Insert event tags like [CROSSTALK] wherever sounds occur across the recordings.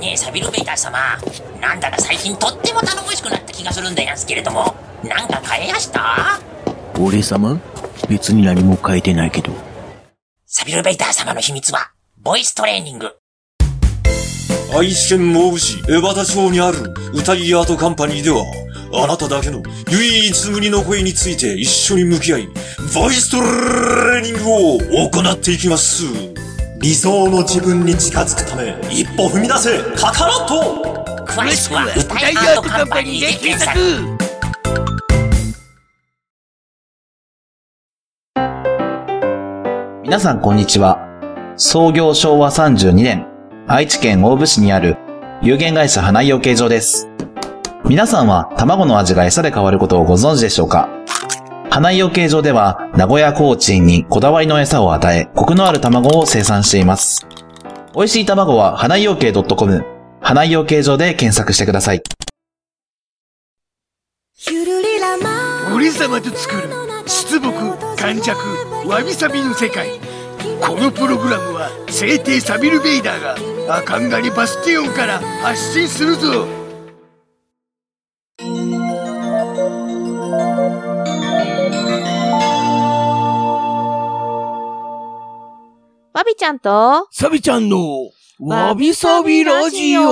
ねえ、サビルベイター様。なんだか最近とっても頼もしくなった気がするんでやんすけれども、なんか変えやした俺様別に何も変えてないけど。サビルベイター様の秘密は、ボイストレーニング。愛知県毛布市江端町にある歌いアートカンパニーでは、あなただけの唯一無二の声について一緒に向き合い、ボイストレーニングを行っていきます。理想の自分に近づくため、一歩踏み出せ、カカロット詳しくは、歌いアートカンパニーで検索。皆さんこんにちは。創業昭和32年、愛知県大府市にある有限会社花井養鶏場です。皆さんは卵の味が餌で変わることをご存知でしょうか花井養鶏場では名古屋コーチンにこだわりの餌を与え、コクのある卵を生産しています。美味しい卵は花井養鶏 .com、花井養鶏場で検索してください。俺様と作る出木感弱わびさびの世界このプログラムは聖帝サビル・ベイダーがアカンガリバスティオンから発信するぞわびちゃんと、サビちゃんの、わびさびラジオ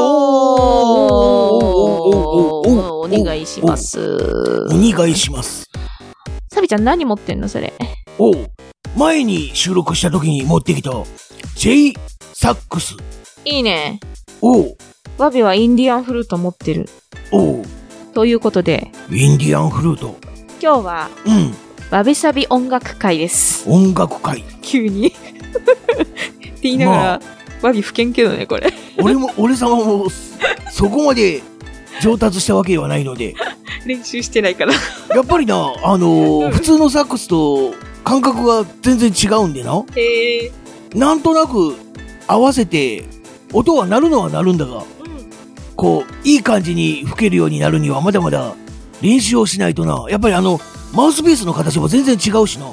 おお願いします。願いします。サビちゃん何持ってんのそれ。おう前に収録した時に持ってきた、J サックス。いいね。おうわびはインディアンフルート持ってる。おうということで、インディアンフルート。今日は、うん、わびさび音楽会です。音楽会。急に。って言いながら、わび不見けどね、これ。俺も、俺様も、そこまで上達したわけではないので、練習してないから。やっぱりな、あのー普通のサックスと感覚が全然違うんでな。へえ。なんとなく合わせて、音は鳴るのは鳴るんだが、こう、いい感じに吹けるようになるにはまだまだ練習をしないとな。やっぱりあの、マウスピースの形も全然違うしな。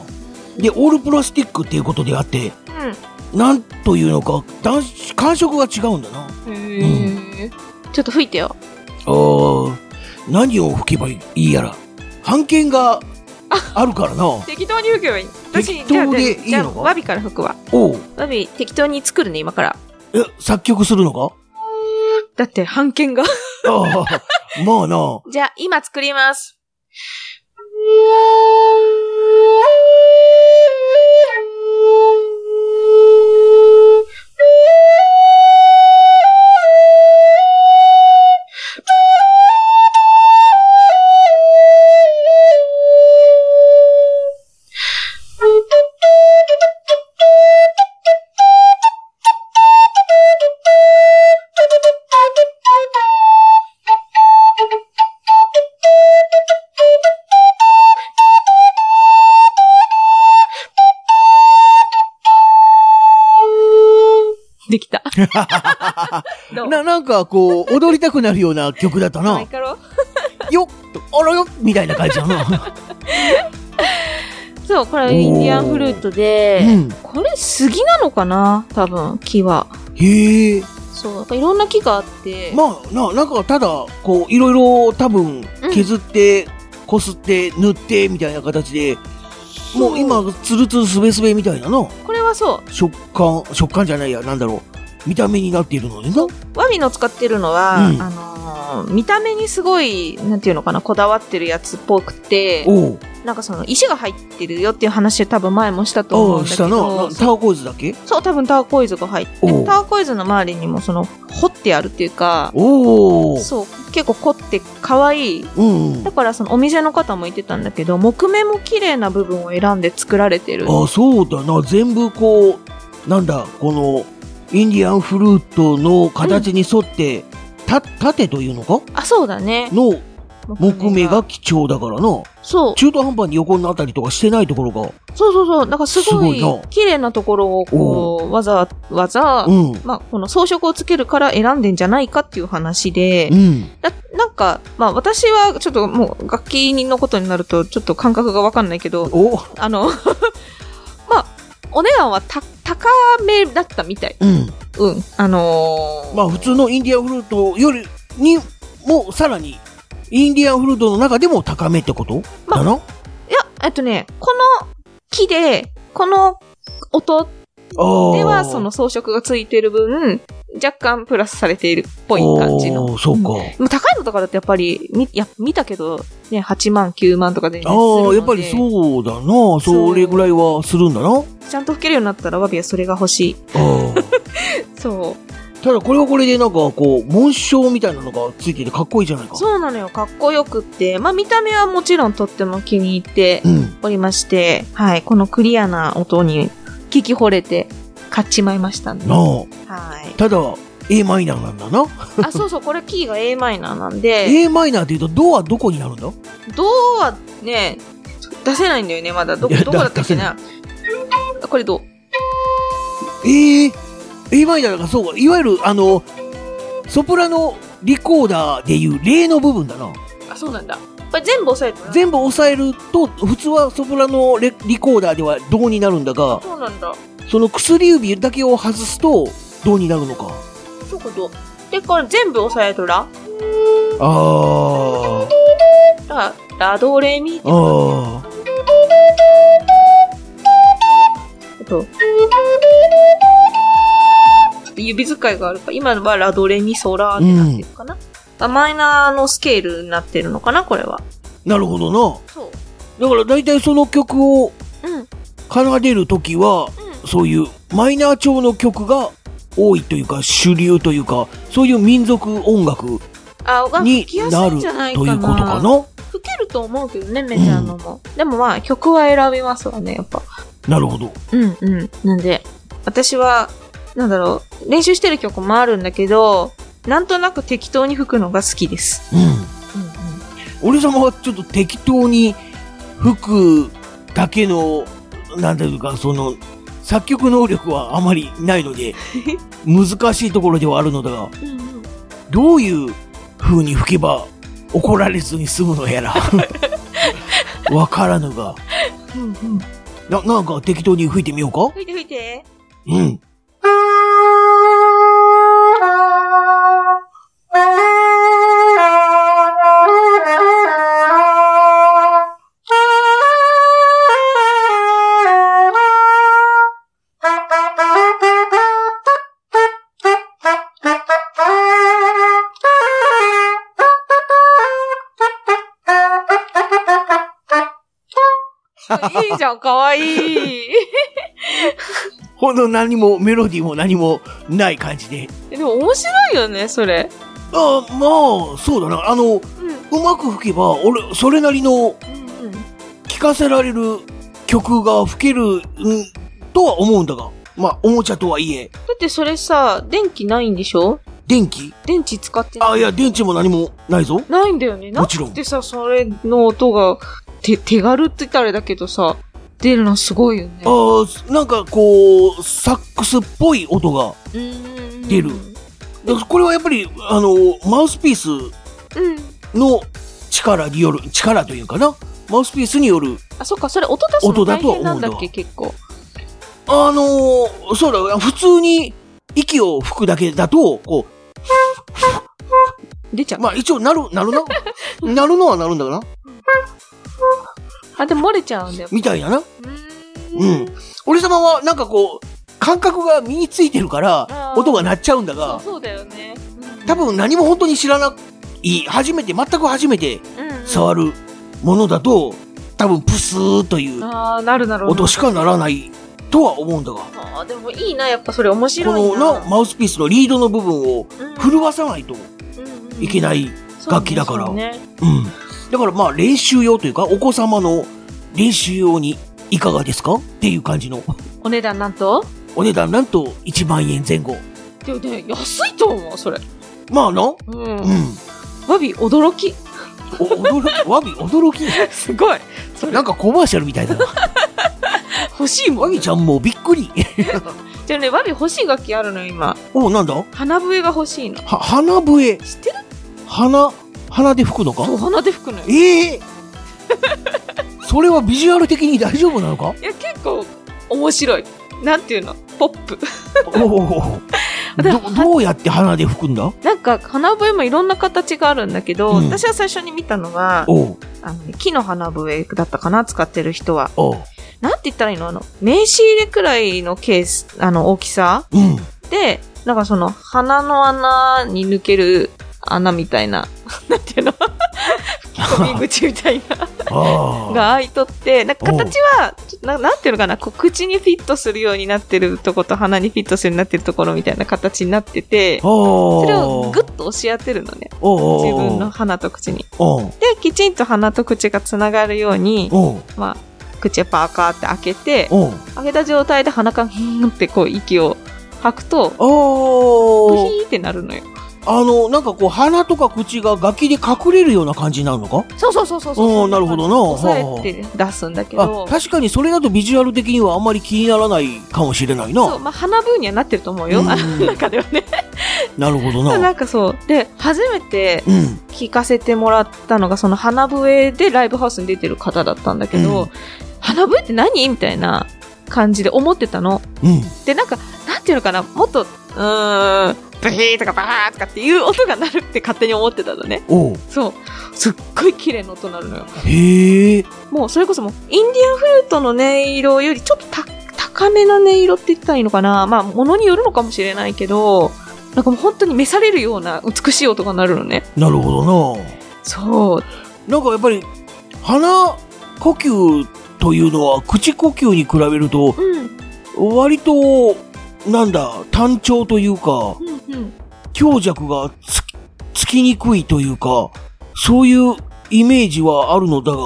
で、オールプラスティックっていうことであって、なんというのか、弾感触が違うんだな。あうん。へえ。ちょっと吹いてよ。ー何を吹けばいいやら。半券があるからな。適当に吹けばいい。適当でいいのかじゃあ、じゃあわびから吹くわ。 [LAUGHS] おう。わび、適当に作るね、今から。え、作曲するのかだって、半券が。ああ、まあな。 [LAUGHS] じゃあ、今作ります。できた。どうな、なんかこう、踊りたくなるような曲だったもうな一。回やろうよっあらよっみたいな感じだな。そう、これはインディアンフルートで、うんこれ杉なのかな多分、木は。へえ。そう、なんかいろんな木があって、まあ、な、なんかただ、こう、いろいろ多分、削って、こすって、塗って、みたいな形で、もう今、ツルツルスベスベみたいなな。これはそ食感、食感じゃないや、なんだろう。見た目になっているのでな。う、ワビの使ってるのは、うんあのー見た目にすごい、なんていうのかな、こだわってるやつっぽくて、おう。なんかその石が入ってるよっていう話多分前もしたと思おうんう、だけしたな。ど、なタワーコイズだっけそう、多分タワーコイズが入って、タおうワーコイズの周りにもその、掘ってあるっていうか、おお。そう、結構凝って可愛いうんうん。だからそのお店の方も言ってたんだけど木目も綺麗な部分を選んで作られてるあそうだな全部こうなんだこのインディアンフルートの形に沿って、た縦というのかあそうだねの木目が貴重だからなそう中途半端に横になったりとかしてないところがそうそうそうだからすごいすごいな綺麗なところをこうわざわざ、うんまあ、この装飾をつけるから選んでんじゃないかっていう話でうんだなんか、まあ、私はちょっともう楽器のことになるとちょっと感覚がわかんないけど [LAUGHS] おあのまあお値段はた高めだったみたい。うん。うん。あのーまあ普通のインディアンフルートよりにもさらに、インディアンフルートの中でも高めってことまあだないや、えっとね、この木で、この音ああ。では、その装飾がついてる分、若干プラスされているっぽい感じの。おーそうか。でも高いのとかだってやっぱり、み、いや、見たけど、ね、8万、9万とかで、ね、ああ、やっぱりう。そうだな。それぐらいはするんだな。あちゃんと吹けるようになったら、ワビはそれが欲しい。あ。そ。ただこれはこれでなんかこう、紋章みたいなのがついててかっこいいじゃないうか。そうなのよ。かっこよくって。まあ、見た目はもちろんとっても気に入ってうん。おりまして、はい。このクリアな音に聞き惚れて買っちまいましたんで。なあ。はい。ただ、A マイナーなんだな。 [LAUGHS] あ、そうそう。これキーが a マイナーなんで、 A マイナーって言うと、ドはどこになるんだドはね、出せないんだよね、まだ。ど、いやどこだったっけ出せな。これどうええ A マイナーがそうか。いわゆる、あの、ソプラノリコーダーでいう例の部分だな。あ、そうなんだ。これ全部押さえて全部押さえると、普通はソプラノレリコーダーではドになるんだが、そうなんだ。その薬指だけを外すと、ドになるのか。そうかど。で、これ全部押さえとら。あラ、ラドレミあ。ああ。あ [LAUGHS] と。指使いがあるから、今のはラドレミソラってなってるかな。あマイナーのスケールになってるのかな、これは。なるほどな。そだから大体その曲をう。うん。うん。奏でるときは、そういうマイナー調の曲が多いというか主流というかそういう民族音楽あ、がに吹きやすないんるじゃないかといな。うことかな。吹けると思うけどね、メジャーのも。でもまあ、曲は選びますわね、やっぱ。なるほど。うんうん。なんで、私は、なんだろう、練習してる曲もあるんだけど、なんとなく適当に吹くのが好きです。うん。うんうん。俺様はちょっと適当に吹くだけのなんていうかその作曲能力はあまりないの [LAUGHS] で難しいところではあるのだがうんうん、どういう風に吹けば怒られずに済むの [LAUGHS] やらわからぬがななんか適当に吹いてみようか吹いて吹いて。うん。いいじゃん、かわい [LAUGHS] い。ほんの何もメロディーも何もない感じで。でも面白いよね、それ。あまあ、そうだな。あの、うん。うんうまく吹けば、俺、それなりのうん。聴かせられる曲が吹ける、んとは思うんだが。まあ、おもちゃとはいえ、だってそれさ、電気ないんでしょ電気電池使ってない。あ、いや、電池も何もないぞ。ないんだよね。なもんちろんでさ、それの音が、て、手軽って言ったらあれだけどさ、出るのすごいよね。あーなんかこう、サックスっぽい音が。うんうんうん出るだからこれはやっぱり、あの、マウスピースうん。の力による、力というかな。マウスピースによるあ、そっか、それ音出すの音大だとは思う変んなだんだっけ、結構。あのー、そうだ、普通に息を吹くだけだと、こ出ちゃう、う。まあ一応なる、な [LAUGHS] るな。なるのはなるんだかなあ、でも漏れちゃうんだよ。みたいなな。ううーん。ん。俺様はなんかこう、感覚が身についてるからあ、ー音が鳴っちゃうんだそうが、そうだよね。うん多、分何も本当に知らない、初めて、全く初めてうんうん触るものだと、多分プスーというああ、なるなる。音しかならないとは思うんだが、こあーでもいいな、やっぱそれ面白いのな。なマウスピースのリードの部分をうん震わさないとうんうんいけない楽器だからそうねそううねん。だからまあ練習用というか、お子様の練習用にいかがですかっていう感じの。お値段なんとお値段なんと1万円前後。でもね、安いと思う、それ。まあな。うん。うん。おわび、驚き。 [LAUGHS] 驚き、わび、驚き。すごい。なんかコマーシャルみたいだな。 [LAUGHS] 欲しいもわん。びちゃんもうびっくり。じゃあね、わび欲しい楽器あるのよ、今。お、なんだは、花笛が欲しいの。花笛。知ってる花、花で吹くのかそう、鼻で吹くのよ。いえ [LAUGHS] えそれはビジュアル的に大丈夫なのかや、結構、面白い。なんていうのポップ。おおどどうやって鼻で吹くんだ [LAUGHS] なんか、花笛もいろんな形があるんだけど、うん私は最初に見たのが、おうあのね木の花笛だったかな使ってる人は。おうなんて言ったらいいのあの、名刺入れくらいのケース、あの、大きさうんで、なんかその、鼻の穴に抜ける穴みたいな、 [LAUGHS] なんていうの吹き込み口みたいな、 [LAUGHS] ああが開いとって、なんか形は、ちょっとななんていうのかな、こう口にフィットするようになってるとこと鼻にフィットするようになってるところみたいな形になってて、そそれをグッと押し当てるのね。お自分の鼻と口に。おうで、きちんと鼻と口がつながるように、おうまあ、口をパーカーって開けて、おう開けた状態で鼻からヒーンってこう息を吐くと、ブおうヒーってなるのよ。あのなんかこう鼻とか口がガキで隠れるような感じになるのかそうそうそうそうおーなるほどな抑えて出すんだけあど、確かにそれだとビジュアル的にはあんまり気にならないかもしれないそう、なまあ鼻分にはなってると思うよ。うんあの [LAUGHS] 中ではね。なるほどななんかそう。で、初めてうん聞かせてもらったのが、その鼻笛でライブハウスに出てる方だったんだけうど、ん鼻笛って何みたいな感じで思ってたの。うんで、なんか、なんていうのかな、もっと、うーん、ブヒーとかバーとかっていう音が鳴るって勝手に思ってたのね。おうそう。すっごい綺麗な音鳴るのよ。へえもうそれこそもう、インディアンフルートの音色よりちょっとた高めな音色って言ったらいいのかな。まあ、ものによるのかもしれないけど、なんかもう本当に召されるような美しい音が鳴るのね。なるほどなそう。なんかやっぱり鼻呼吸というのは口呼吸に比べるとうん、うん、割となんだ単調というかうん。強弱がつつきにくいというかそういうイメージはあるのだが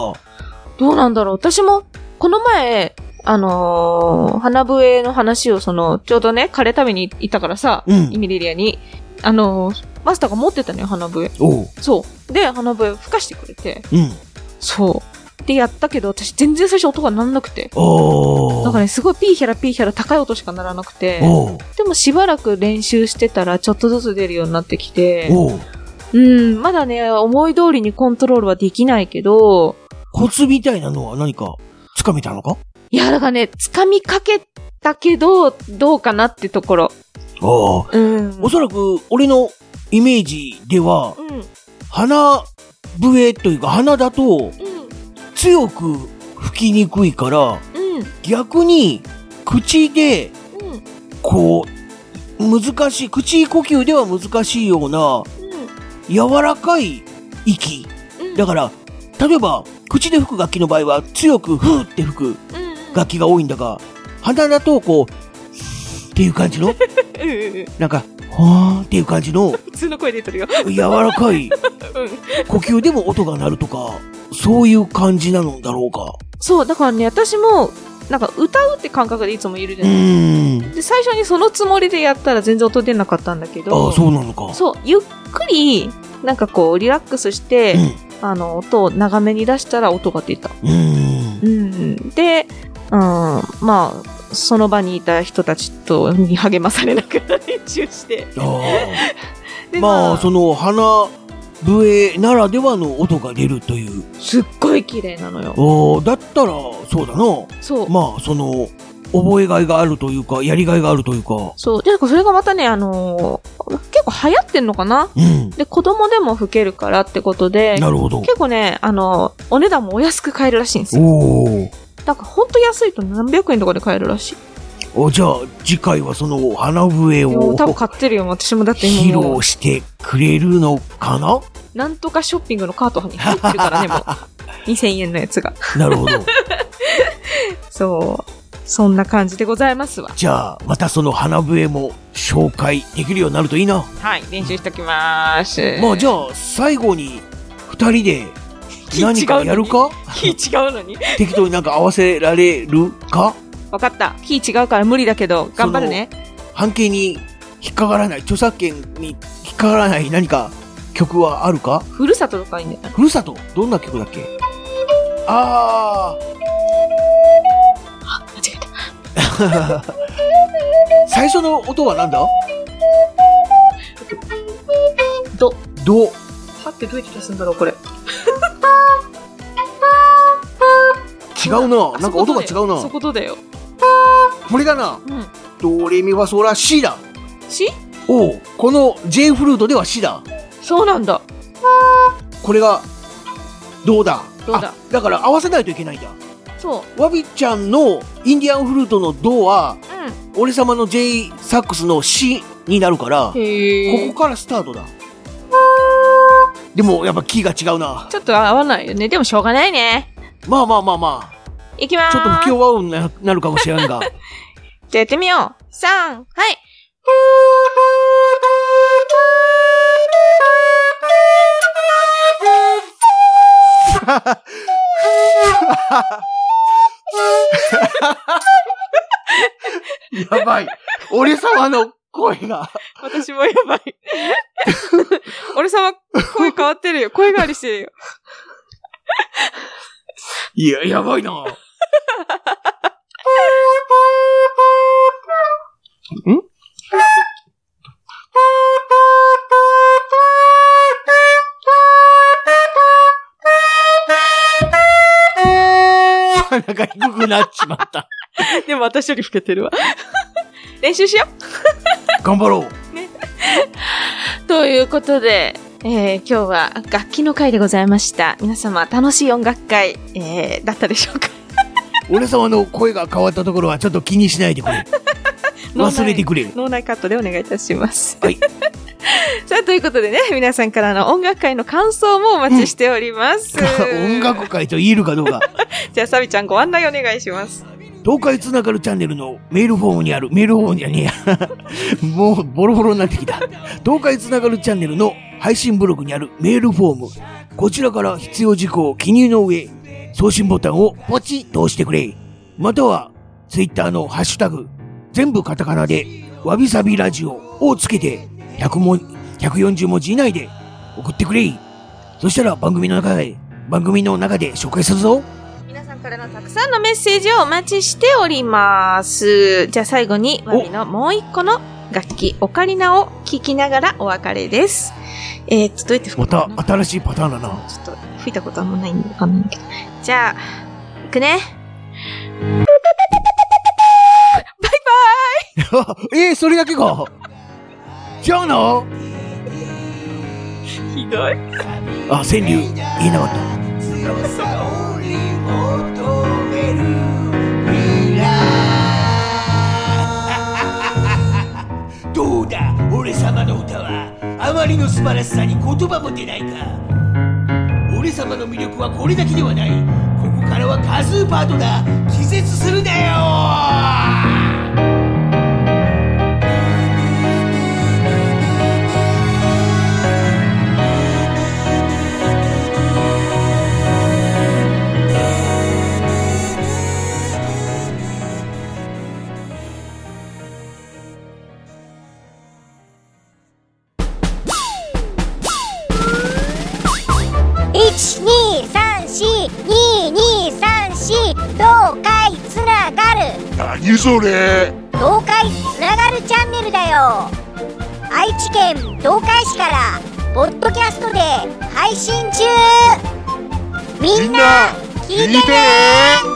どうなんだろう。私も、この前、あのー花笛の話を、その、ちょうどね、枯れために行ったからさ、うんイミリリアに、あのーマスターが持ってたのよ、花笛。おうそう。で、花笛吹かしてくれて、うんそう。で、やったけど、私全然最初音が鳴らなくて。ああなんかね、すごいピーヒャラピーヒャラ高い音しか鳴らなくて、おうでもしばらく練習してたらちょっとずつ出るようになってきて、おううん、まだね、思い通りにコントロールはできないけど、コツみたいなのは何かつかめたのかいや、だからね、掴みかけたけど、どうかなってところ。ああうん。おそらく俺のイメージではうん、うん。鼻笛というか鼻だと強く吹きにくいからうん、逆に口でうん、こう難しい口呼吸では難しいような柔らかい息うん。だから例えば口で吹く楽器の場合は強くフーって吹くら、うん、うん。楽器が多いんだが鼻だとこうっていう感じの [LAUGHS] うんうんうんなんかはーんっていう感じの普通の声で言ってるよ。柔らかいうん。呼吸でも音が鳴るとかそういう感じなのだろうかそう、だからね、私も、なんか歌うって感覚でいつもいるじうゃない、ーんで、最初にそのつもりでやったら全然音出なかったんだけど、ああそうなのかそう、ゆっくり、なんかこう、リラックスして、あの、音を長めに出したら音が出た。うんうーんうん。で、うん、まあ、その場にいた人たちと、に励まされながら練習して。ああで、ままああ、その鼻笛ならではの音が出るというすっごい綺麗なのよ。おーだったらそうだなそう。まあその覚えがいがあるというかやりがいがあるというかそう。で、なんかそれがまたね、あのー結構流行ってんのかなうんで、子供でも吹けるからってことで、なるほど結構ね、あのーお値段もお安く買えるらしいんですよ。おーなんかほんと安いと何百円とかで買えるらしい。おじゃあ次回はその鼻笛もうを多分買ってるよ。私もだって披今も露うしてくれるのかななんとかショッピングのカートに入ってるからね、もう。2000円のやつが。なるほど [LAUGHS] そう。そんな感じでございますわ。じゃあまたその鼻笛も紹介できるようになるといいなはい、練習しときまーす。まあじゃあ最後に2人で気 [LAUGHS] 違うの何にかやるか気違うのに。適当になんか合わせられるかわかった。気違うから無理だけど、頑張るね。判決に引っかからない著作権に引っかからない何か曲はあるかふるさととかいいんだよ。ふるさとどんな曲だっけあ間違えた。あ最初の音はなんだど。どはってどうやって出すんだろう、これ。違うななんか音が違うそういうなことだよ。これだな。うん。ドレミファソラシだ。しおうこの J フルートではシだ。そうなんだ。これが、どうだどうだあだから合わせないといけないんだ。そう。わびちゃんのインディアンフルートのドは、う俺様の J サックスのシになるから、ん。へえ。ここからスタートだ。でもやっぱキーが違うな。ちょっと合わないよね。でもしょうがないね。まあまあまあまあ。いきまーす。ちょっと不協和音にななるかもしれんが。じゃあやってみよう。三、はい。やばい。俺様の声が。私もやばい。 [LAUGHS] 俺様、声変わってるよ。声変わりしてるよ。いや、やばいな。んなんか低くなっちまった。でも私より老けてるわ。練習しよ頑張ろう。う。ということで、えー今日は楽器の会でございました。皆様、楽しい音楽会、えーだったでしょうか俺様の声が変わったところはちょっと気にしないでくれ。 [LAUGHS] 忘れてくれ。脳内カットでお願いいたします。はい。 [LAUGHS] さあ、ということでね、皆さんからの音楽会の感想もお待ちしております。 [LAUGHS] 音楽会と言えるかどうか。じゃあ、サビちゃんご案内お願いします。東海つながるチャンネルのメールフォームにある、メールフォームじゃねえや。 [LAUGHS] もうボロボロになってきた。東海つながるチャンネルの配信ブログにあるメールフォーム。こちらから必要事項を記入の上、送信ボタンをポチッと押してくれ。または、ツイッターのハッシュタグ、全部カタカナで、わびさびラジオをつけて、100文、140文字以内で送ってくれ。そしたら番組の中で、番組の中で紹介するぞ。皆さんからのたくさんのメッセージをお待ちしております。じゃあ、最後に、ワビのもう一個の楽器、オカリナを聴きながらお別れです。えー、ちょっとどうやって吹まくのかたな新しいパターンだな。ちょっと吹いたことあんまないんでわかんないけど。じゃあ、行くね。あ [LAUGHS] えー、それだけか。じゃあな。ひどい。あ、川柳、言えなかった。どうだ俺様の歌はあまりの素晴らしさに言葉も出ないか俺様の魅力はこれだけではないここからはカズーパートだ気絶するなよ12342234東海つながる何それ東海つながるチャンネルだよ愛知県東海市からポッドキャストで配信中みんな聞いてね